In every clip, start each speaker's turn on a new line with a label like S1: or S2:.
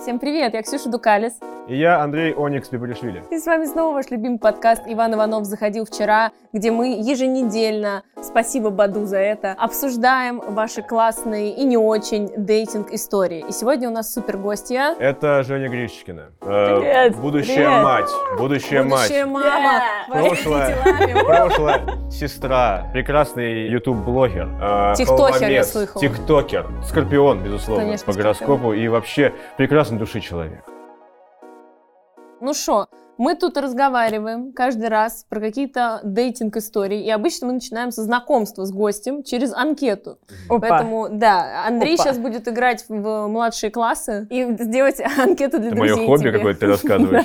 S1: Всем привет, я Ксюша Дукалис.
S2: И я Андрей Оникс Бибаришвили.
S1: И с вами снова ваш любимый подкаст «Иван Иванов заходил вчера», где мы еженедельно, спасибо Баду за это, обсуждаем ваши классные и не очень дейтинг-истории. И сегодня у нас супер гостья.
S2: Это Женя Грищикина.
S1: Привет,
S2: будущая
S1: привет.
S2: мать. Будущая,
S1: Будущая
S2: мать.
S1: мама.
S2: Прошлое. Прошлое. Сестра. Прекрасный ютуб-блогер. э,
S1: Тиктокер,
S2: холмомец,
S1: я слыхала.
S2: Тиктокер. Скорпион, безусловно,
S1: Конечно,
S2: по гороскопу. И вообще прекрасный души человек.
S1: Ну что, мы тут разговариваем каждый раз про какие-то дейтинг-истории, и обычно мы начинаем со знакомства с гостем через анкету. Поэтому, да, Андрей
S3: Опа.
S1: сейчас будет играть в младшие классы и сделать анкету для
S2: Это мое
S1: друзей
S2: хобби
S1: тебе.
S2: какое-то ты рассказываешь.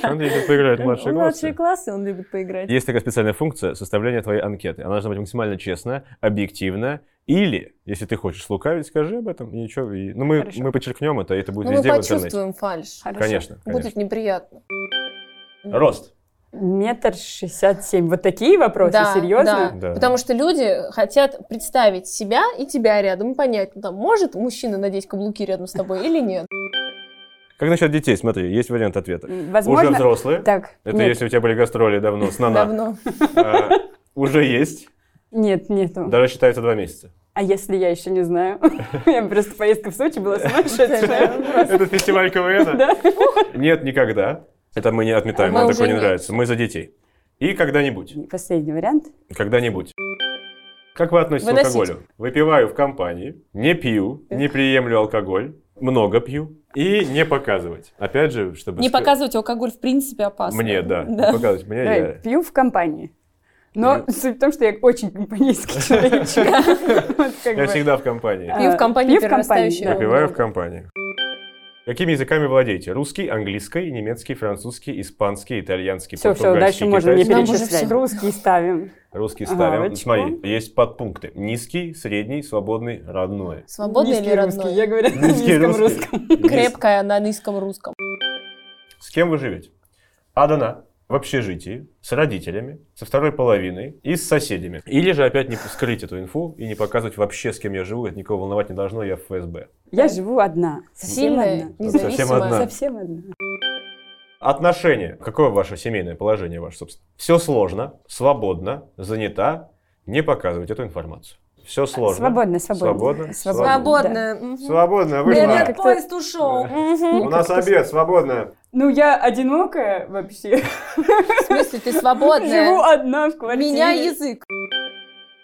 S1: Да.
S2: Он любит поиграть в младшие
S1: В младшие
S2: классы.
S1: классы он любит поиграть.
S2: Есть такая специальная функция составления твоей анкеты. Она должна быть максимально честна, объективна. Или, если ты хочешь лукавить, скажи об этом. И ничего. и- Ну, мы,
S3: Хорошо.
S2: мы подчеркнем это, и это будет
S1: Ну, мы
S2: везде в интернете.
S1: почувствуем фальш.
S2: Конечно, конечно.
S1: Будет неприятно.
S2: Рост.
S3: Метр шестьдесят семь. Вот такие вопросы,
S1: Да,
S3: серьезно?
S1: да.
S2: Да.
S1: Потому что люди хотят представить себя и тебя рядом и понять, ну, там, может мужчина надеть каблуки рядом с тобой или нет.
S2: Как насчет детей? Смотри, есть вариант ответа.
S3: М,
S2: Уже
S3: Возможно.
S2: взрослые.
S3: Так,
S2: Это
S3: нет,
S2: если у тебя были гастроли давно с Нана.
S1: Давно.
S2: А, Уже есть.
S3: нет, нету.
S2: Даже считается два месяца.
S3: А если я еще не знаю? У меня просто поездка в Сочи была сумасшедшая.
S2: Это фестиваль КВН?
S3: Да.
S2: Нет, никогда. Это мы не отметаем,
S1: Мы
S2: нам
S1: уже
S2: такое не
S1: нет.
S2: нравится. Мы за детей. И когда-нибудь.
S3: Последний вариант.
S2: Когда-нибудь. Как вы относитесь
S1: Выносить.
S2: к алкоголю? Выпиваю в компании, не пью, не приемлю алкоголь, много пью и не показывать. Опять же, чтобы...
S1: Не
S2: ск-
S1: показывать алкоголь в принципе опасно.
S2: Мне, да. Не
S1: Да.
S2: показывать. Мне
S3: Давай,
S2: я...
S3: Э, пью в компании. Но суть в том, что я очень компанейский человек. Вот как
S2: Я
S3: бы.
S2: всегда в компании.
S1: Пью в компании
S3: Пью в компании,
S1: перерастающего.
S3: да.
S2: Выпиваю в компании. Какими языками владеете? Русский, английский, немецкий, французский, испанский, итальянский,
S3: Все, все,
S2: португальский,
S3: дальше можно не
S2: китайский.
S1: Нам уже
S3: перечислять.
S1: всё.
S3: Русский ставим.
S2: Русский
S3: Ага,
S2: ставим.
S3: вот
S2: Смотри,
S3: чего?
S2: есть подпункты. Низкий, средний, свободный, родной.
S1: Свободный или
S3: Низкий русский, я
S1: родной?
S3: говорю на
S2: Низкий
S3: низком
S2: русский.
S3: русском.
S2: Низ-
S1: Крепкая на низком русском.
S2: С кем вы живете? Адана. В общежитии, с родителями, со второй половиной и с соседями. Или же опять не скрыть эту инфу и не показывать вообще, с кем я живу. Это никого волновать не должно, я в ФСБ.
S3: Я живу одна. Совсем
S1: Сильная,
S3: одна.
S2: Совсем одна.
S1: независимая.
S3: Совсем одна.
S2: Отношения. Какое ваше семейное положение ваше, собственно? Все сложно, свободно, занята. Не показывать эту информацию. Все сложно.
S3: Свободно,
S2: Свободно?
S3: свободно.
S1: Свободная. Мгм.
S2: Свободно, вышла.
S1: Привет,
S3: как-то-
S1: поезд ушел. Мгм.
S2: У нас обед, свободно.
S3: Ну, я одинокая вообще.
S1: В смысле, ты
S3: Живу
S1: свободная?
S3: одна в квартире.
S1: Меня язык.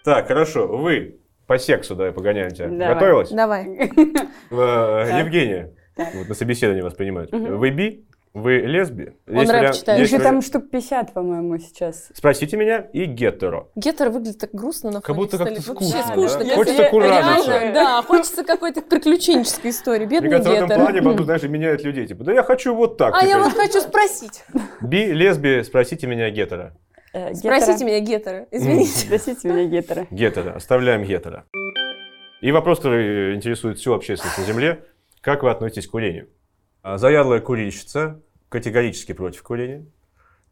S2: Так, хорошо, вы по сексу, давай погоняем тебя.
S3: Давай.
S2: Готовилась?
S1: Давай.
S2: Э, Евгения, вот на собеседование вас принимают.
S3: Мгм.
S2: Вы би? Вы лесби?
S1: Он рэп читает.
S2: есть
S3: Уже
S2: вариант-
S3: там штук 50, по-моему, сейчас.
S2: Спросите меня и гетеро.
S1: Гетер выглядит так грустно на
S2: Как
S1: фоне
S2: будто как-то
S1: пистолета.
S2: скучно,
S1: Вообще
S2: да?
S1: скучно.
S3: Если
S2: Хочется куражиться.
S1: Реально, да, хочется какой-то приключенческой истории.
S2: Мне
S1: Бедный
S2: кажется, в этом плане
S1: гетер.
S2: Баду, знаешь, меняют людей. Типа, да я хочу вот так.
S1: А я
S2: теперь.
S1: вот хочу спросить.
S2: Би, лесби, спросите меня гетера.
S3: Э, гетеро.
S1: Спросите меня гетера, извините.
S3: Спросите меня гетера.
S2: Гетера. Оставляем гетера. И вопрос, который э, интересует всю общественность на Земле. Как вы относитесь к курению? А, Заядлая курильщица, категорически против курения.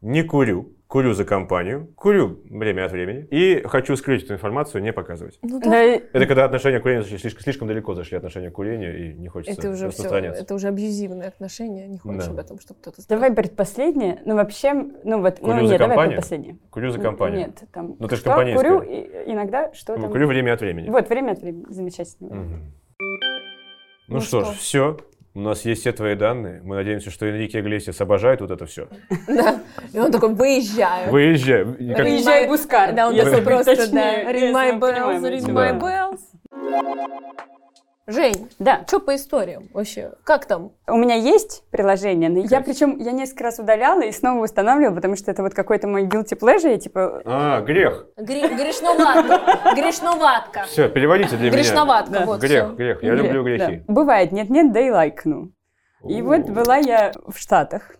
S2: Не курю, курю за компанию, курю время от времени. И хочу скрыть эту информацию, не показывать.
S1: Ну да.
S3: Да,
S2: Это когда отношения к курению зашли слишком, слишком далеко зашли отношения к курению, и не хочется
S1: Это уже все,
S2: распространяться.
S1: это уже абьюзивные отношения, не хочешь
S2: Да.
S1: об этом, чтобы кто-то знал.
S3: Давай предпоследнее. Ну, вообще, ну вот, ну
S2: Курю за
S3: нет, давай
S2: компанию?
S3: предпоследнее.
S2: Курю за компанию.
S3: Нет, там.
S2: Ну, ты ж
S3: что
S2: компанейская.
S3: Курю и- иногда, что там.
S2: Курю время от времени.
S3: Вот, время от времени. Замечательно.
S2: Мгм. Ну,
S1: Ну
S2: что,
S1: что?
S2: ж, все. У нас есть все твои данные. Мы надеемся, что Энрике Иглесиас обожает вот это все.
S1: И он такой, выезжаю.
S2: Выезжай. И как-
S3: Выезжай, Бускар.
S1: Да, он
S2: Если
S1: такой
S2: быть
S1: просто,
S3: точнее,
S1: да. Ring
S3: если
S1: my
S3: мы
S1: bells,
S3: понимаем,
S1: ring
S2: если
S1: my
S2: мы
S1: bells. Жень,
S3: Да,
S1: что по историям вообще? Как там?
S3: у меня есть приложение, но я
S2: Прекрасно.
S3: причем, я несколько раз удаляла и снова устанавливала, потому что это вот какой-то мой guilty pleasure, я типа...
S2: А, грех.
S1: Гре- Грешноватка. Грешноватка.
S2: Все, переводите для меня.
S1: Грешноватка,
S3: Да.
S1: вот
S2: Грех,
S1: всё.
S2: грех. Я
S3: грех,
S2: люблю
S3: да.
S2: грехи.
S3: Бывает, нет-нет, да и лайкну. И
S2: О.
S3: вот была я в Штатах.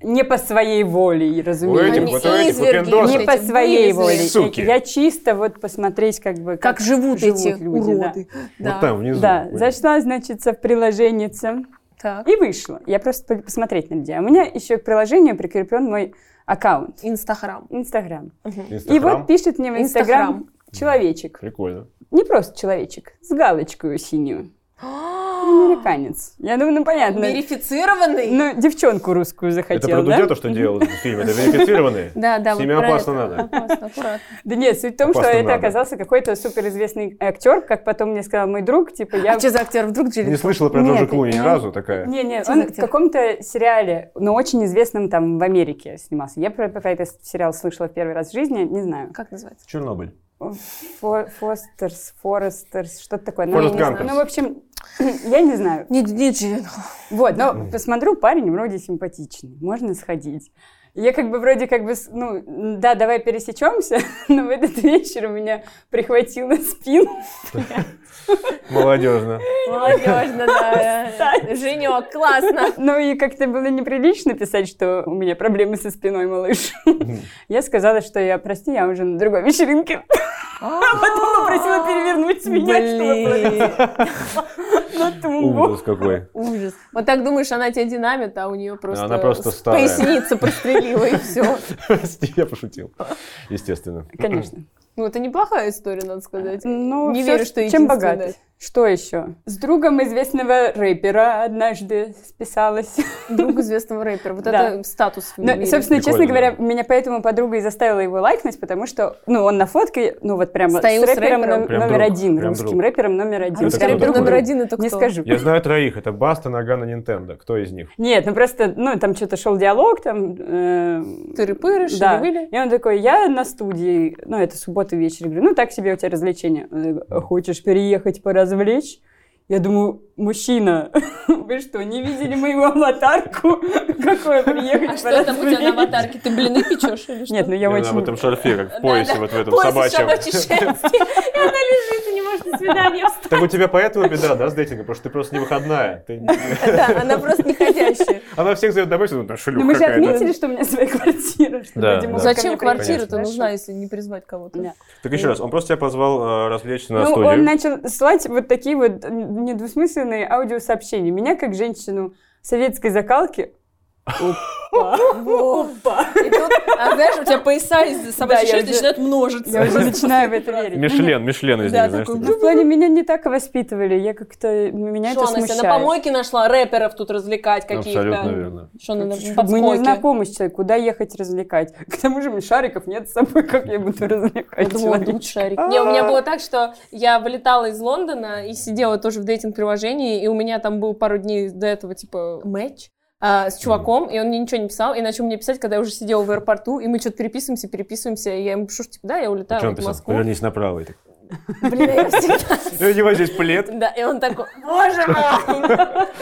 S3: Не по своей воле, разумеется.
S2: этих
S1: Они
S2: вот у этих
S1: изверги
S2: папиндосов.
S1: вот
S3: не
S1: эти,
S3: по своей
S1: вылезли.
S3: воле.
S2: Суки.
S3: Я чисто вот посмотреть, как бы...
S1: Как живут эти
S3: люди, да.
S1: уроды. Да.
S2: Вот там внизу.
S3: Да,
S2: Ой.
S3: зашла, значит, в приложеннице
S1: Так.
S3: и вышла. Я просто по- посмотреть на людей. А у меня еще к приложению прикреплен мой аккаунт.
S1: Инстаграм.
S3: Инстаграм. И
S2: Инстаграм.
S3: вот пишет мне в Инстаграм человечек.
S2: Прикольно.
S3: Не просто человечек, с галочкой синюю. американец. Я думаю, ну понятно.
S1: А, Верифицированный?
S3: Ну, девчонку русскую захотел,
S2: это про
S3: да?
S2: Дудя то, что делал этот фильм, это верифицированные.
S1: Да, да.
S2: С
S1: вот
S2: ними
S1: про
S2: опасно
S1: это.
S2: надо.
S1: Опасно, аккуратно.
S3: Да нет, суть в том, что
S2: Опасно
S3: это
S2: надо.
S3: оказался какой-то суперизвестный актер, как потом мне сказал мой друг, типа я...
S1: А что за актер вдруг
S2: Не
S1: Джилли?
S2: слышала про
S3: Нет, ну,
S2: Джорджа Клуни ни
S3: я-
S2: разу такая.
S3: Не, не,
S1: Что
S3: он
S1: за
S3: в
S1: актер?
S3: каком-то сериале, но очень известном там в Америке снимался. Я про, про этот сериал слышала в первый раз в жизни, не знаю.
S1: Как называется?
S2: Чернобыль.
S3: Фо- Фостерс, Форестерс, что-то такое. Ну,
S2: Форест
S3: я не знаю.
S2: Гамперс.
S3: Ну, в общем, я не знаю.
S1: Не, не Джилленхол.
S3: Вот, но посмотрю, парень вроде симпатичный, можно сходить. Я как бы вроде как бы, с- ну, да, давай пересечемся, но в этот вечер у меня прихватило спину.
S2: Молодежно.
S1: Молодежно, ну да. Женек, классно.
S3: Ну и как-то было неприлично писать, что у меня проблемы со спиной, малыш. Я сказала, что я, прости, я уже на другой вечеринке. А потом попросила перевернуть меня, чтобы
S1: Блин,
S3: было на тумбу.
S2: Ужас какой.
S1: ужас. Вот так думаешь, она тебе динамит, а у нее просто,
S2: Она просто
S1: с-
S2: старая.
S1: поясница прострелила и все.
S2: Прости, я пошутил. Естественно.
S3: Конечно.
S1: Ну, это неплохая история, надо сказать.
S3: Ну,
S1: Не
S3: всё,
S1: верю, что
S3: чем
S1: единственная.
S3: богаты. Что еще? С другом известного рэпера однажды списалась.
S1: Друг известного рэпера. Вот
S3: Да.
S1: это статус в
S3: Ну,
S1: мире.
S3: и, собственно, честно
S2: Прикольно,
S3: говоря, меня поэтому подруга и заставила его лайкнуть, потому что, ну, он на фотке, ну, вот прямо
S1: Стоял
S3: с
S1: с
S3: рэпером,
S1: рэпером.
S3: ном-
S2: Прям
S3: номер
S2: друг,
S3: один,
S2: прям
S3: русским
S2: друг.
S3: рэпером номер
S1: А
S3: один.
S2: Это
S1: русский
S3: Прям
S2: кто
S1: рэпер
S2: такой?
S1: номер один ну, это кто?
S3: Не скажу.
S2: Я знаю троих. Это Баста, Нагана, Нинтендо. Кто из них?
S3: Нет, ну просто, ну, там что-то шел диалог, там... э,
S1: Тыры-пыры,
S3: да.
S1: шевели.
S3: И он такой, я на студии, ну, это суббота вечер. Я говорю, ну, так себе у тебя развлечение. Он такой, «А хочешь переехать, поразвлечь? Я думаю, мужчина, вы что, не видели мою аватарку? Какое приехать,
S1: А что там у тебя на
S3: поразвлечь?»
S1: аватарке? Ты блины печешь или что?
S3: Нет, ну я
S2: Она в
S3: очень...
S2: этом шарфе, как в поясе, вот в этом
S1: Пояс из
S2: собачьем.
S1: собачьей шерсти. И она лежит и не может на свидание встать.
S2: Так у тебя поэтому беда, да, с дейтингом? Потому что ты просто не выходная. Ты-
S1: Да, она просто неходящая.
S2: Она всех зовет домой, что ну, шлюха
S3: Ну, мы же
S2: какая-то».
S3: отметили, что у меня своя квартира. что
S2: Да,
S3: люди
S2: да.
S3: могут ко
S1: Зачем
S3: мне
S1: квартира-то
S3: приходить.
S1: нужна, если не призвать кого-то?
S3: Да.
S2: Так еще раз, он просто тебя позвал э, развлечься на
S3: Ну,
S2: студию.
S3: он начал слать вот такие вот недвусмысленные аудиосообщения. Меня, как женщину советской закалки... Опа. Опа.
S1: И тут, а знаешь, у тебя пояса из
S3: Да, я
S1: собачьей шерсти
S3: уже-
S1: начинают множиться.
S3: Я уже начинаю в это верить.
S2: Мишлен, Мишлен из
S1: Да,
S2: них, знаешь.
S1: такой,
S2: такой.
S3: Ну, в плане меня не так воспитывали, я как-то меня
S1: Что
S3: это
S1: она себя
S3: смущает.
S1: на помойке нашла рэперов тут развлекать
S2: Абсолютно
S1: каких-то?
S2: верно.
S1: Что она Ну, на
S3: Мы не
S1: подскоке?
S3: знакомы с человеком, куда ехать развлекать. К тому же у меня шариков нет с собой, как я буду развлекать
S1: думала,
S3: человека?
S1: дуть шарик. Не, у меня было так, что я вылетала из Лондона и сидела тоже в дейтинг-приложении, и у меня там был пару дней до этого, типа, матч а, с чуваком, и он мне ничего не писал, и начал мне писать, когда я уже сидела в аэропорту, и мы что-то переписываемся, переписываемся, и я ему пишу, что, типа, да, я
S2: А
S1: улетаю
S2: что он
S1: вот в
S2: писал?
S1: Москву.
S2: Повернись направо. и так.
S1: Блин, я всегда...
S2: «Ну, Не возьмись плед.
S1: Да, и он такой, боже мой!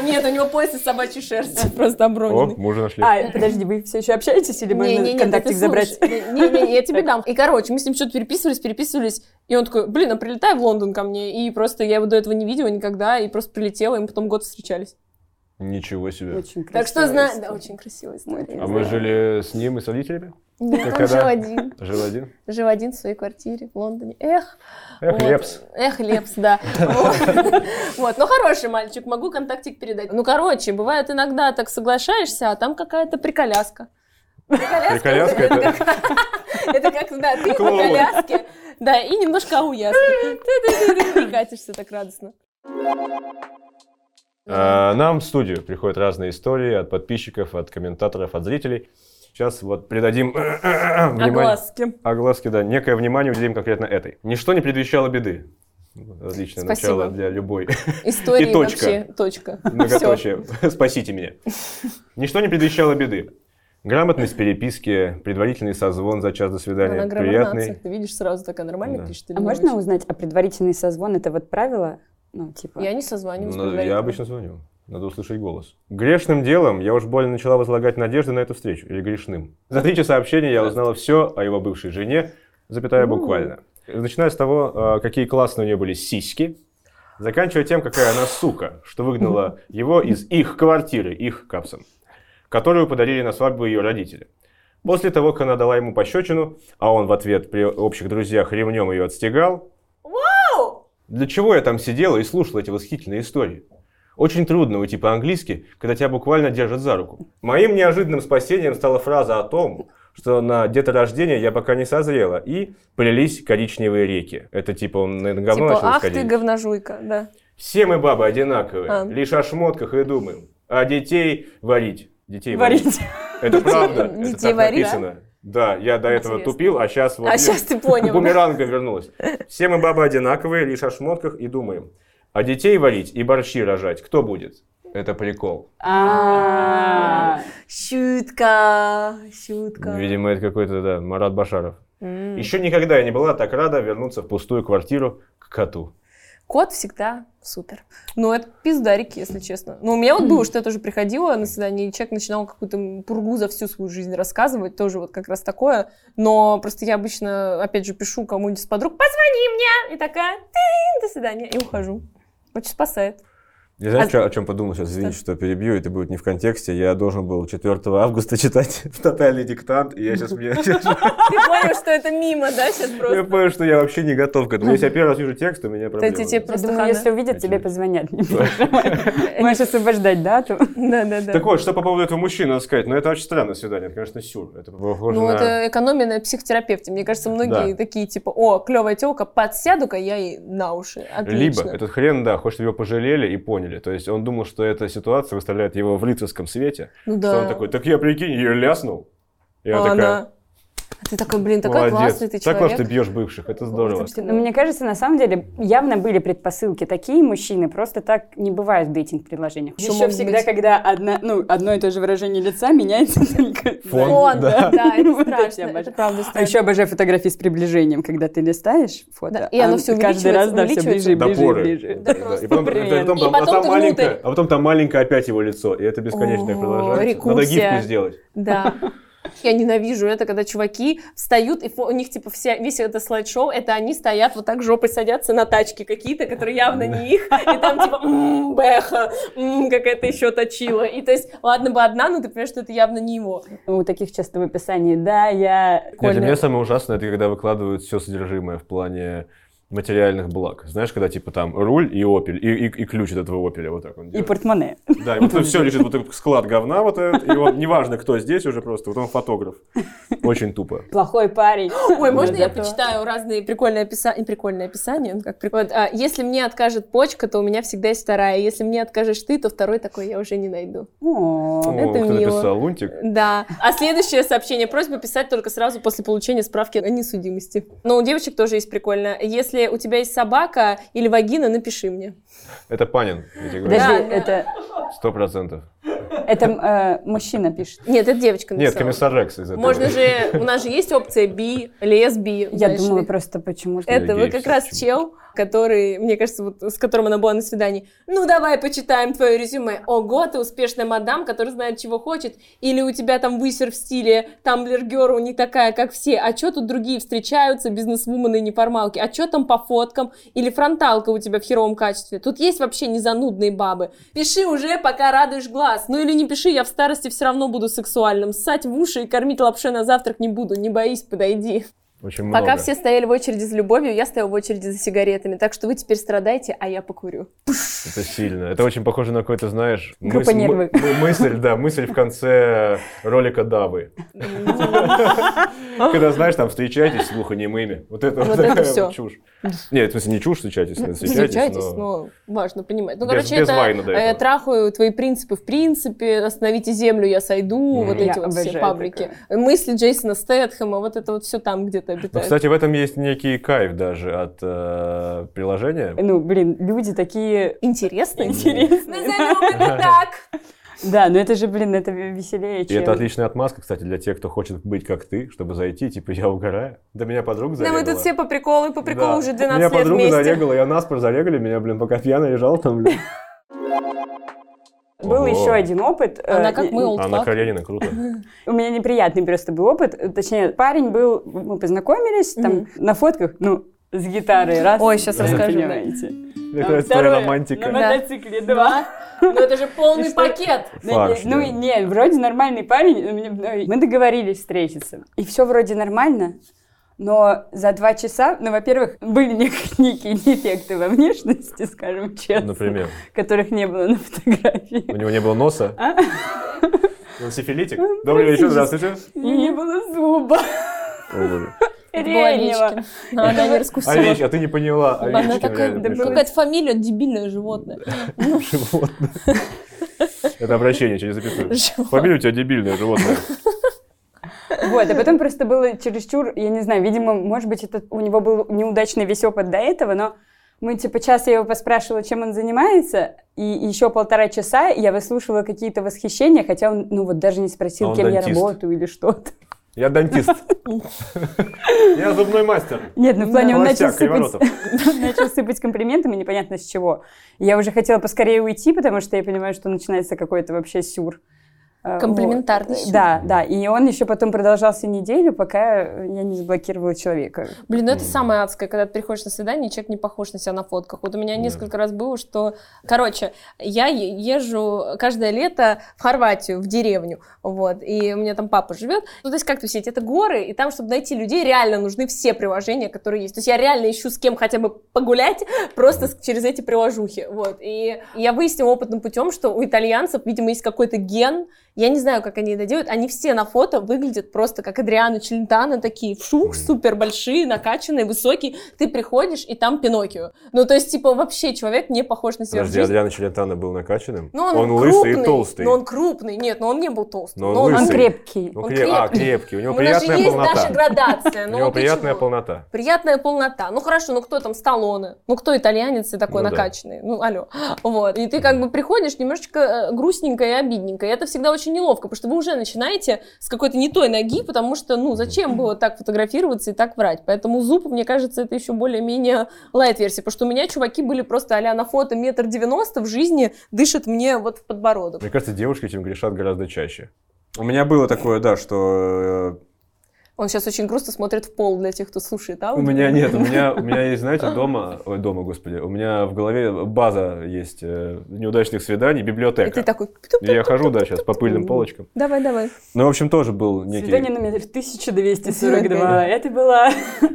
S1: Нет, у него пояс из собачьей шерсти, просто
S2: О,
S1: оброненный.
S2: мужа нашли.
S3: А, подожди, вы все еще общаетесь или можно контактик забрать?
S1: Не-не, я тебе дам. И, короче, мы с ним что-то переписывались, переписывались, и он такой, блин, а прилетай в Лондон ко мне. И просто я его до этого не видела никогда, и просто прилетела, и мы потом год встречались.
S2: Ничего себе.
S3: Очень
S1: Так что,
S3: красивая
S1: знаю...
S3: история.
S1: Да, очень красивая история.
S2: А мы жили с ним и с родителями?
S1: Нет,
S2: Как
S1: он
S2: когда?
S1: жил один.
S2: Жил один? Э,
S1: Жил один в своей квартире в Лондоне. Эх.
S2: Эх,
S1: вот.
S2: Лепс.
S1: Эх, Лепс, да. Вот. Вот, ну хороший мальчик, могу контактик передать. Ну, короче, бывает иногда так соглашаешься, а там какая-то приколяска.
S2: Приколяска это...
S1: Это как, да, ты
S2: Клоун.
S1: на коляске, да, и немножко ауяски. Ты-ты-ты-ты, И катишься так радостно.
S2: А, Нам в студию приходят разные истории от подписчиков, от комментаторов, от зрителей. Сейчас вот придадим э,
S1: А
S2: внимание.
S1: Огласки.
S2: Огласки, да. Некое внимание уделим конкретно этой. Ничто не предвещало беды. Отличное
S1: Спасибо.
S2: начало для любой
S1: Истории
S2: И точка.
S1: вообще. Точка. Все.
S2: многоточие. Спасите меня. Ничто не предвещало беды. Грамотность переписки, предварительный созвон за час до свидания,
S1: Она
S2: приятный.
S1: грамотация. Ты видишь, сразу такая нормально
S2: Да.
S1: пишет. или
S3: А
S1: не
S3: можно
S1: очень?
S3: узнать, а предварительный созвон это вот правило? Ну, типа...
S1: Я не созваниваюсь.
S2: Ну, Я
S1: предварительно.
S2: обычно звоню. Надо услышать голос. Грешным делом я уж больно начала возлагать надежды на эту встречу. Или грешным. За три часа общения я узнала все о его бывшей жене, запятая буквально. Начиная с того, э, какие классные у нее были сиськи, заканчивая тем, какая она сука, что выгнала его из их квартиры, их капсом, которую подарили на свадьбу ее родители. После того, как она дала ему пощечину, а он в ответ при общих друзьях ремнем ее отстегал, для чего я там сидела и слушала эти восхитительные истории? Очень трудно уйти по-английски, когда тебя буквально держат за руку. Моим неожиданным спасением стала фраза о том, что на деторождение я пока не созрела, и полились коричневые реки. Это типа он на говно
S1: Типа,
S2: начал
S1: ах ты
S2: сходить.
S1: говножуйка, да.
S2: Все мы бабы одинаковые,
S1: А.
S2: лишь о шмотках и думаем. А детей варить. Детей варить.
S3: Варить.
S2: Это правда.
S1: Детей
S2: Это так
S1: варить?
S2: написано. Да, я до этого
S1: Интересно.
S2: тупил, а сейчас вот
S1: А
S2: мне
S1: сейчас ты понял. да?
S2: бумерангом вернулось. Все мы бабы одинаковые, лишь о шмотках и думаем. А детей варить и борщи рожать кто будет? Это прикол.
S3: А,
S1: Щутка, щутка.
S2: Видимо, это какой-то, да, Марат Башаров.
S1: М.
S2: Еще никогда я не была так рада вернуться в пустую квартиру к коту.
S1: Кот всегда супер. Ну, это пиздарик, если честно. Ну, у меня вот было, что я тоже приходила на свидание, и человек начинал какую-то пургу за всю свою жизнь рассказывать, тоже вот как раз такое. Но просто я обычно, опять же, пишу кому-нибудь из подруг, позвони мне! И такая, «Тынь, до свидания, и ухожу. Очень спасает.
S2: Я знаешь,
S1: А-
S2: чё- о чем подумал сейчас? Извините, что перебью, это будет не в контексте. Я должен был 4 августа читать «Тотальный диктант», и я сейчас мне...
S1: Ты понял, что это мимо, да, сейчас
S2: Я
S1: просто?
S2: понял, что я вообще не готов к этому. Если я первый раз вижу текст, у меня проблемы.
S1: тебе
S3: я
S1: Просто
S3: думаю,
S1: хана.
S3: если увидят, тебе
S2: Очевидно.
S3: позвонят. Не переживай. Можешь освобождать дату.
S1: Да-да-да.
S2: Так вот, что по поводу этого мужчины надо сказать? Ну, это очень странное свидание, это, конечно, сюр. Это похоже
S1: Ну,
S2: на...
S1: это экономия на психотерапевте. Мне кажется, многие
S2: Да.
S1: такие, типа, о, клевая телка, подсяду-ка я ей на уши. Отлично.
S2: Либо этот хрен, да, хочет его пожалели и поняли. То есть он думал, что эта ситуация выставляет его в лицарском свете.
S1: ну,
S2: Что
S1: да.
S2: он такой, так я, прикинь, ее ляснул. И она
S1: А
S2: такая,
S1: она- А ты такой, блин, такой
S2: молодец.
S1: классный ты
S2: так
S1: человек.
S2: вот ты бьешь бывших, это здорово.
S1: Слушайте,
S3: Но
S1: ну,
S3: мне кажется, на самом деле явно были предпосылки. Такие мужчины просто так не бывают в дейтинг-предложениях.
S1: Еще могут быть.
S3: когда одна, ну, одно и то же выражение лица меняется только...
S2: Фон.
S1: Фон,
S2: да.
S1: ну да, это
S3: Вот это я
S1: страшно, это
S3: обожаю.
S1: правда
S3: А
S1: страшно.
S3: еще обожаю фотографии с приближением, когда ты листаешь фото,
S1: Да, и оно
S3: а
S1: всё
S3: каждый раз, да, все
S1: увеличивается,
S3: ближе и
S2: До
S3: ближе, и
S2: поры.
S3: ближе.
S1: Да
S2: Да,
S1: просто
S2: и потом,
S3: блин.
S2: да, и потом
S1: И
S2: там- а
S1: потом
S2: там
S1: ты
S2: маленькое,
S1: внутрь.
S2: а потом там маленькое опять его лицо, и это бесконечно
S1: О,
S2: продолжается. Надо
S1: рекурсия.
S2: гифку сделать.
S1: Да. Я ненавижу это, когда чуваки встают, и фо- у них типа вся, весь это слайд-шоу, это они стоят вот так жопой садятся на тачки какие-то, которые явно не их, и там типа «М, бэха, м, какая-то еще точила. И то есть, ладно бы одна, но ты понимаешь, что это явно не его.
S3: Ну, У таких часто в описании, да, я...
S2: Нет, для
S3: Коля».
S2: меня самое ужасное, это когда выкладывают все содержимое в плане материальных благ. Знаешь, когда типа там руль и опель, и, и- и ключ от этого опеля, вот так он
S3: И
S2: делает.
S3: портмоне.
S2: Да, и вот
S1: Ну,
S2: все лежит, вот этот склад говна вот этот, и он, неважно, кто здесь уже просто, вот он фотограф. Очень тупо.
S3: Плохой парень.
S1: Ой, можно я
S3: Да.
S1: почитаю разные прикольные описания? Прикольные описания, ну как прикольно. А, если мне откажет почка, то у меня всегда есть вторая. Если мне откажешь ты, то второй такой я уже не найду.
S2: О,
S3: О,
S1: это
S2: кто
S1: мило.
S2: написал? Лунтик?
S1: Да. А следующее сообщение. Просьба писать только сразу после получения справки о несудимости. Но у девочек тоже есть прикольно. Если у тебя есть собака или вагина, напиши мне.
S2: Это Панин, я тебе говорю.
S3: Подожди,
S1: да.
S3: это,
S2: Сто процентов.
S3: это э, мужчина пишет.
S1: Нет, это девочка
S2: Нет,
S1: написала.
S2: комиссар Рекс из этого.
S1: Можно же... У нас же есть опция би, лесби.
S3: Я
S1: знаешь ли.
S3: думала просто почему-то.
S1: Это вы
S2: Геев
S1: как
S2: всё
S1: раз
S2: почему-то.
S1: чел, который, мне кажется, вот с которым она была на свидании. Ну, давай почитаем твое резюме. Ого, ты успешная мадам, которая знает, чего хочет. Или у тебя там высер в стиле тамблер герл не такая, как все. А что тут другие встречаются, бизнесвумены и неформалки? А что там по фоткам? Или фронталка у тебя в херовом качестве? Тут есть вообще незанудные бабы. Пиши уже, пока радуешь глаз. Ну или не пиши, я в старости все равно буду сексуальным. Ссать в уши и кормить лапше на завтрак не буду. Не боись, подойди.
S2: Очень много.
S1: Пока все стояли в очереди за любовью, я стояла в очереди за сигаретами. Так что вы теперь страдаете, а я покурю.
S2: Это сильно. Это очень похоже на какой-то, знаешь,
S3: Группа
S2: мысль-
S3: нервы.
S2: мы- мысль, да, мысль в конце ролика Давы.
S1: Ну,
S2: Когда, знаешь, там встречаетесь слухонемыми. Вот это
S1: Вот
S2: вот
S1: это
S2: такая
S1: всё.
S2: вот чушь. Нет, в смысле, не чушь встречаетесь,
S1: Ну,
S2: но встречаетесь,
S1: Встречайтесь,
S2: но...
S1: но важно понимать. Ну,
S2: Без-
S1: короче,
S2: без
S1: это
S2: вайна до
S1: э,
S2: этого.
S1: трахаю твои принципы в принципе, остановите землю, я сойду,
S2: Мгм.
S1: вот эти
S3: Я
S1: вот все
S3: обожаю
S1: паблики. Мысли Джейсона Стэтхэма, вот это вот все там где-то
S2: Ну,
S1: обитает.
S2: кстати, в этом есть некий кайф даже от э, приложения.
S3: Ну, блин, люди такие
S1: Интересно?
S3: интересные.
S1: Назовем это так.
S3: Да, но это же, блин, это веселее,
S2: И
S3: чем...
S2: это отличная отмазка, кстати, для тех, кто хочет быть как ты, чтобы зайти, типа, я угораю. Да меня подруга
S1: Да
S2: зарегала.
S1: мы тут все по приколу, и по приколу
S2: Да.
S1: уже 12
S2: Меня
S1: лет
S2: подруга
S1: вместе.
S2: зарегала, я наспор зарегали, меня, блин, пока пьяный лежал там, блин.
S3: Был
S2: Ого.
S3: еще один опыт. э,
S1: Она как мы, old
S2: Анна
S1: fuck.
S2: Каренина, круто.
S3: У меня неприятный просто был опыт. Э, Точнее, парень был, мы познакомились, там,
S1: Мгм.
S3: на фотках, ну, с гитарой, раз.
S1: Ой, щас
S3: вы
S1: расскажу, да.
S3: понимаете.
S2: Мне нравится твоя
S3: Второе, На
S1: Да.
S2: романтика.
S3: мотоцикле, два.
S1: Ну это же полный
S3: И что?
S1: пакет.
S3: Ну,
S2: Фарш,
S3: не- ну,
S2: да.
S3: и не, вроде нормальный парень. ну, мне- ну, и Мы договорились встретиться. И все вроде нормально. Но за два часа, ну, во-первых, были нек- некие дефекты во внешности, скажем честно,
S2: Например,
S3: которых не было на фотографии.
S2: у него не было носа.
S3: А?
S1: Ну,
S2: Он сифилитик. Добрый вечер, здравствуйте.
S3: И не было зуба. Переднего.
S1: А она не раскусила.
S2: Овечка, а ты не поняла.
S1: Она
S2: овечки,
S1: такая,
S2: реально
S1: «Да
S2: прикольно.
S1: какая-то фамилия, дебильное животное.
S2: Животное. Это обращение через запятую.
S1: Животное.
S2: Фамилия у тебя дебильное животное.
S3: Вот, а потом просто было чересчур, я не знаю, видимо, может быть, это у него был неудачный весь опыт до этого, но мы, типа, час я его поспрашивала, чем он занимается, и еще полтора часа я выслушивала какие-то восхищения, хотя он, ну вот, даже не
S2: А
S3: спросил,
S2: он
S3: кем я
S2: дантист.
S3: работаю или что-то.
S2: Я дантист. Я зубной мастер.
S3: Нет, ну в плане он начал
S2: Холостяк,
S3: сыпать,
S2: Криворотов.
S3: он начал сыпать комплиментами, непонятно с чего. Я уже хотела поскорее уйти, потому что я понимаю, что начинается какой-то вообще сюр. А,
S1: Комплиментарный
S3: вот.
S1: сюр.
S3: Да, да. И он еще потом продолжался неделю, пока я не заблокировала человека.
S1: Блин, ну это
S2: Мгм.
S1: самое адское, когда ты приходишь на свидание, и человек не похож на себя на фотках. Вот у меня
S2: Да.
S1: несколько раз было, что... Короче, я е- езжу каждое лето в Хорватию, в деревню, вот, и у меня там папа живет. Ну, то есть, как тусить? Это горы, и там, чтобы найти людей, реально нужны все приложения, которые есть. То есть, я реально ищу с кем хотя бы погулять, просто с- через эти приложухи, вот. И я выяснила опытным путем, что у итальянцев, видимо, есть какой-то ген, я не знаю, как они это делают, они все на фото выглядят просто как Адриано Челентано, такие
S2: Ой.
S1: вшух, супер большие, накачанные, высокие. Ты приходишь, и там Пиноккио. Ну, то есть, типа, вообще человек не похож на себя в
S2: Подожди,
S1: жизни.
S2: Адриан Челентано был накачанным?
S1: Ну, он,
S2: лысый и
S1: крупный,
S2: толстый.
S1: Но он крупный. Нет, но он не был толстым.
S2: Но он
S3: Он
S2: Лысый.
S3: крепкий.
S2: Ну,
S1: он
S2: креп- А,
S1: крепкий.
S2: крепкий. У него
S1: У нас же
S2: приятная
S1: есть даже
S2: полнота.
S1: градация.
S2: У
S1: Ну,
S2: него
S1: вот ты
S2: приятная
S1: чего?
S2: полнота.
S1: Приятная полнота. Ну хорошо, ну кто там Сталлоне? Ну кто итальянец и такой
S2: Ну да.
S1: накачанный? Ну алло. Вот. И ты как бы приходишь немножечко э, грустненько и обидненько. И это всегда очень неловко, потому что вы уже начинаете с какой-то не той ноги, потому что, ну, зачем было так фотографироваться и так врать? Поэтому зуб, мне кажется, это еще более-менее лайт-версия, потому что у меня чуваки были просто а на фото метр девяносто в жизни дышит мне вот в подбородок.
S2: Мне кажется, девушки этим грешат гораздо чаще. У меня было такое, да, что э,
S1: Он сейчас очень грустно смотрит в пол для тех, кто слушает
S2: У
S1: аудио.
S2: меня нет, у меня, у меня есть, знаете, дома, ой, дома, господи, у меня в голове база есть э, неудачных свиданий,
S1: И ты
S2: библиотека.
S1: такой...
S2: Я хожу, да, сейчас по пыльным полочкам.
S1: Давай, давай.
S2: Ну, в общем, тоже был
S3: Свидание
S2: некий...
S3: номер 1242. Это была...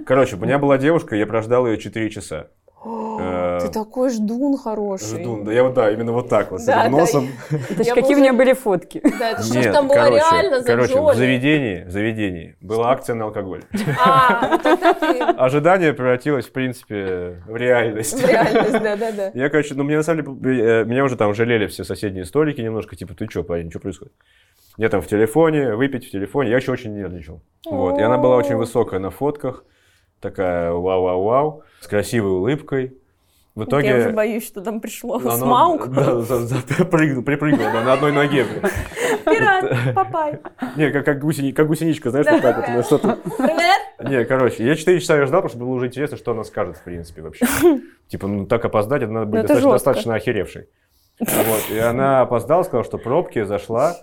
S2: Короче, у меня была девушка, я прождал ее 4 часа. Э,
S1: Ты такой ждун хороший.
S2: Жду, да, я вот, да, именно вот так вот, с
S1: Да,
S2: этим
S1: да.
S2: носом.
S3: Это ж
S1: Я
S3: какие
S1: был
S3: у меня были фотки.
S1: Да, это что ж
S2: Нет,
S1: там было
S2: короче,
S1: реально за
S2: короче, в
S1: Джоли?
S2: заведении, в заведении была акция на алкоголь.
S1: А, вот это ты.
S2: Ожидание превратилось, в принципе, в реальность.
S1: В реальность, да-да-да.
S2: Я, короче, ну, мне на самом деле, э, меня уже там жалели все соседние столики немножко, типа, ты чё, парень, что происходит? Я там в телефоне, выпить в телефоне, я еще очень нервничал. Вот, и она была очень
S1: О.
S2: высокая на фотках, такая вау-вау-вау, с красивой улыбкой. В итоге...
S1: Я уже боюсь, что там пришло
S2: она-
S1: Смаук.
S2: Да, да, да, припрыгнул- припрыгнула, да, на одной ноге.
S1: Пират, Папай.
S2: Не, как, как, гусени- как гусеничка, знаешь, вот так вот. ну, что-то.
S1: Привет.
S2: Не, короче, я 4 часа ее ждал, потому что было уже интересно, что она скажет, в принципе, вообще. Типа, ну так опоздать, это надо
S3: Ну,
S2: быть
S3: это
S2: достаточно,
S3: жестко.
S2: достаточно охеревшей. Вот, и она опоздала, сказала, что пробки, зашла.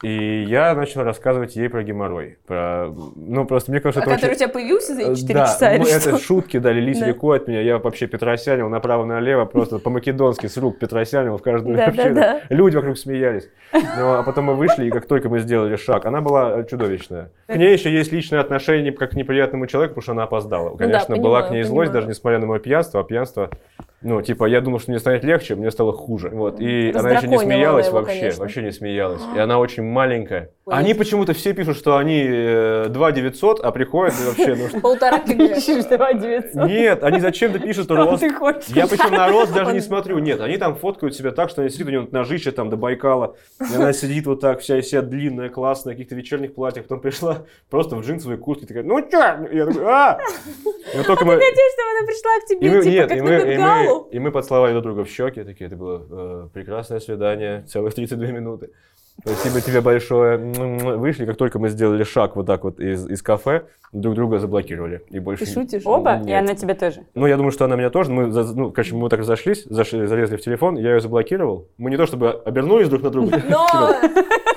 S2: И я начал рассказывать ей про геморрой. Про... Ну, просто мне кажется,
S1: А
S2: это очень-
S1: который у тебя появился за 4
S2: да,
S1: часа
S2: ну,
S1: или
S2: это
S1: что?
S2: шутки, да, лились
S1: Да.
S2: легко от меня. Я вообще петросянил направо-налево, просто по-македонски с рук петросянил в каждую
S1: Да, да,
S2: вообще,
S1: да.
S2: Люди вокруг смеялись. Но, а потом мы вышли, и как только мы сделали шаг, она была э, чудовищная. К ней еще есть личное отношение как к неприятному человеку, потому что она опоздала. Конечно, была
S1: Ну понимаю,
S2: к ней злость,
S1: понимаю.
S2: даже несмотря на мое пьянство, а пьянство... Ну, типа, я думал, что мне станет легче, мне стало хуже. Вот. И она еще не
S1: Раздраконила она
S2: смеялась
S1: его,
S2: вообще,
S1: конечно.
S2: вообще не смеялась. И она очень маленькая.
S1: Ой.
S2: Они почему-то все пишут, что они э, 2 900, а приходят и вообще, ну,
S1: Полтора кг.
S3: Ищешь 2900.
S2: нет, они зачем-то пишут
S3: Что
S2: рост.
S3: ты хочешь?
S2: Я причем на рост даже не смотрю. Нет, они там фоткают себя так, что они сидят, у него ножище там до Байкала. И она сидит вот так, вся из себя длинная, классная, в каких-то вечерних платьях. Потом пришла просто в джинсовой куртке. Такая, ну чё? И Я такой, а! И вот только мы...
S1: Надеюсь, чтобы она пришла к
S2: И мы,
S1: тебе, типа,
S2: нет, и
S1: как
S2: мы,
S1: на
S2: и, мы,
S1: Бенгалу.
S2: и мы поцеловали друг друга в щеки, такие, это было э, прекрасное свидание, целых 32 минуты. Спасибо тебе большое. М-м-м. Вышли, как только мы сделали шаг вот так вот из, из кафе, друг друга заблокировали. И больше
S1: Ты шутишь?
S3: Оба? И
S2: Нет.
S3: она тебя тоже.
S2: Ну, я думаю, что она меня тоже. Мы, за- ну, короче, мы так разошлись, зашли, залезли в телефон, я ее заблокировал. Мы не то чтобы обернулись друг на друга, типа,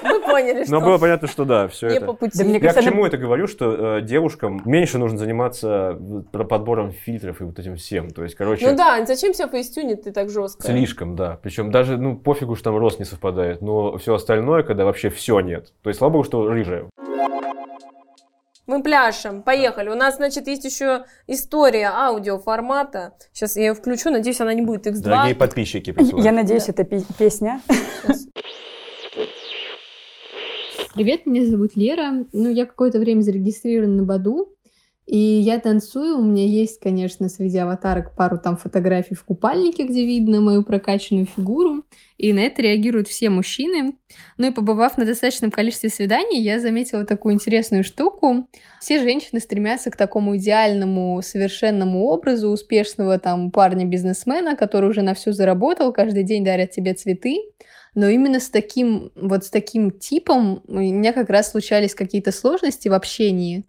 S1: Но мы поняли,
S2: но было
S1: что
S2: понятно, что да, все
S1: не по
S2: это.
S1: пути.
S3: Да мне
S2: Я к
S3: кажется, она-
S2: чему это говорю, что э, девушкам меньше нужно заниматься э, про- подбором фильтров и вот этим всем. То есть,
S1: Ну
S2: короче,
S1: да, зачем себя фейстюнить ты так жестко?
S2: слишком, да. Причем даже, ну, пофигу, что там рост не совпадает, но все остальное, когда вообще все нет. То есть, слава богу, что рыжая.
S1: Мы пляшем, поехали. У нас, значит, есть еще история аудиоформата. Сейчас я ее включу, надеюсь, она не будет X2.
S2: Дорогие подписчики, присылают.
S3: Я надеюсь, это пе- песня.
S4: Привет, меня зовут Лера. Ну, я какое-то время зарегистрирована на Баду. И я танцую, у меня есть, конечно, среди аватарок пару там фотографий в купальнике, где видно мою прокачанную фигуру, и на это реагируют все мужчины. Ну и побывав на достаточном количестве свиданий, я заметила такую интересную штуку. Все женщины стремятся к такому идеальному, совершенному образу успешного там парня-бизнесмена, который уже на все заработал, каждый день дарят тебе цветы. Но именно с таким, вот с таким типом у меня как раз случались какие-то сложности в общении.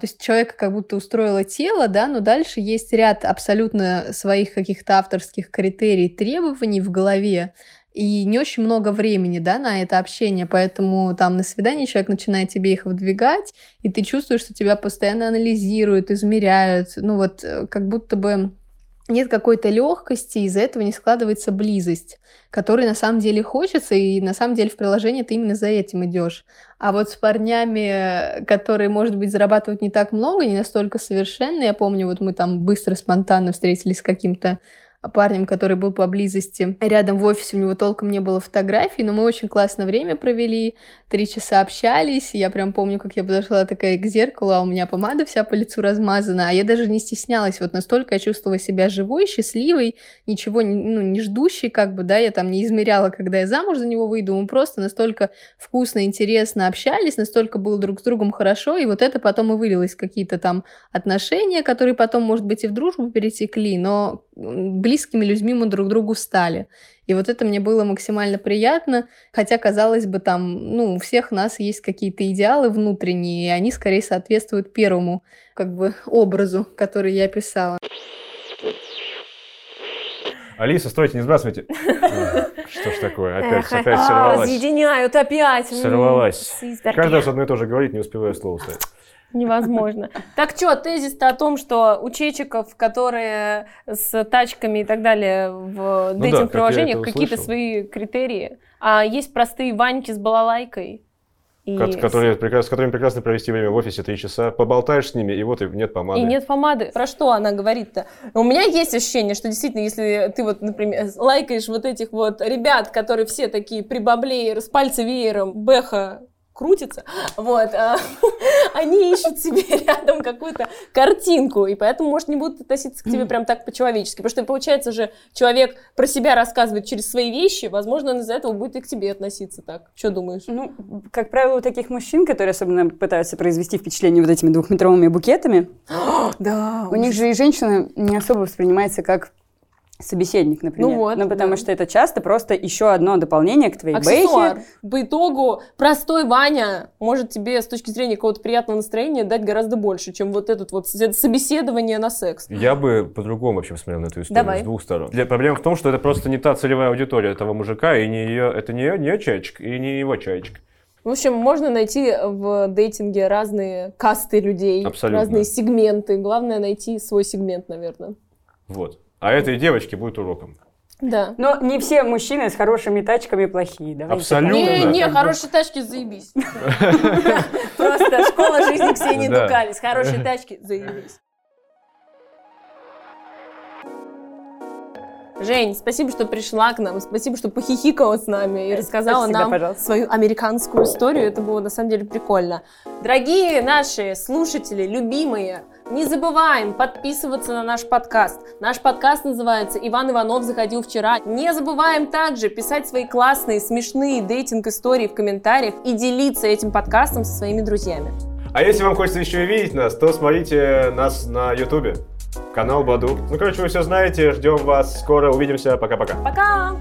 S4: То есть человека как будто устроило тело, да, но дальше есть ряд абсолютно своих каких-то авторских критерий, требований в голове, и не очень много времени, да, на это общение, поэтому там на свидании человек начинает тебе их выдвигать, и ты чувствуешь, что тебя постоянно анализируют, измеряют, ну вот как будто бы нет какой-то легкости, из-за этого не складывается близость, которой на самом деле хочется, и на самом деле в приложении ты именно за этим идешь. А вот с парнями, которые, может быть, зарабатывают не так много, не настолько совершенны, я помню, вот мы там быстро, спонтанно встретились с каким-то парнем, который был поблизости. Рядом в офисе у него толком не было фотографий, но мы очень классно время провели, три часа общались, я прям помню, как я подошла такая к зеркалу, а у меня помада вся по лицу размазана, а я даже не стеснялась, вот настолько я чувствовала себя живой, счастливой, ничего ну, не ждущей, как бы, да, я там не измеряла, когда я замуж за него выйду, мы просто настолько вкусно, интересно общались, настолько было друг с другом хорошо, и вот это потом и вылилось в какие-то там отношения, которые потом, может быть, и в дружбу перетекли, но близкими людьми мы друг другу стали. И вот это мне было максимально приятно, хотя, казалось бы, там, ну, у всех нас есть какие-то идеалы внутренние, и они скорее соответствуют первому, как бы, образу, который я писала.
S2: Алиса, стойте, не сбрасывайте. Что ж такое, опять,
S1: Эх,
S2: опять
S1: а,
S2: сорвалась.
S1: Разъединяют опять. М,
S2: Сорвалась.
S1: Сыздарь.
S2: Каждый раз одно и то же говорит, не успеваю слово сказать.
S1: Невозможно. Так что, тезис-то о том, что у чечиков, которые с тачками и так далее в
S2: Ну да,
S1: дейтинг-приложениях,
S2: как я это
S1: какие-то
S2: услышал.
S1: свои критерии, а есть простые Ваньки с балалайкой. И,
S2: Кот- которые прекра- с которыми прекрасно провести время в офисе три часа. Поболтаешь с ними, и вот и нет помады.
S1: и нет помады. Про что она говорит-то? У меня есть ощущение, что действительно, если ты вот, например, лайкаешь вот этих вот ребят, которые все такие прибаблееры, с пальца веером, бэха крутится, вот, а, они ищут себе рядом какую-то картинку, и поэтому, может, не будут относиться к тебе прям так по-человечески, потому что, получается же, человек про себя рассказывает через свои вещи, возможно, он из-за этого будет и к тебе относиться так. Что думаешь?
S3: Ну, как правило, у таких мужчин, которые особенно пытаются произвести впечатление вот этими двухметровыми букетами,
S1: Да,
S3: у них же и женщина не особо воспринимается как собеседник, например.
S1: Ну вот,
S3: Ну, потому
S1: да.
S3: что это часто просто еще одно дополнение к твоей
S1: Аксессуар.
S3: бэхе.
S1: По итогу простой Ваня может тебе с точки зрения какого-то приятного настроения дать гораздо больше, чем вот этот вот с- это собеседование на секс.
S2: Я бы по-другому вообще смотрел на эту историю
S1: Давай.
S2: с двух сторон. Для- проблема в том, что это просто не та целевая аудитория этого мужика, и не ее, это не ее, не ее чайчик, и не его чайчик.
S1: В общем, можно найти в дейтинге разные касты людей,
S2: Абсолютно.
S1: разные сегменты. Главное найти свой сегмент, наверное.
S2: Вот. А этой девочке будет уроком.
S1: Да.
S3: Но Ну, не все мужчины с хорошими тачками плохие. давайте
S2: Абсолютно.
S3: так.
S1: Не,
S2: да,
S1: не,
S2: как бы.
S1: хорошие тачки заебись. Просто школа жизни Ксении
S2: Да.
S1: Дукалис. Хорошие тачки заебись. Жень, спасибо, что пришла к нам, спасибо, что похихикала с нами и рассказала
S3: Всегда
S1: нам
S3: пожалуйста.
S1: свою американскую историю. Это было на самом деле прикольно. Дорогие наши слушатели, любимые, не забываем подписываться на наш подкаст. Наш подкаст называется «Иван Иванов заходил вчера». Не забываем также писать свои классные, смешные дейтинг-истории в комментариях и делиться этим подкастом со своими друзьями.
S2: А если вам хочется еще и видеть нас, то смотрите нас на ютубе. Канал Баду. Ну, короче, вы все знаете. Ждем вас скоро. Увидимся. Пока-пока.
S1: Пока!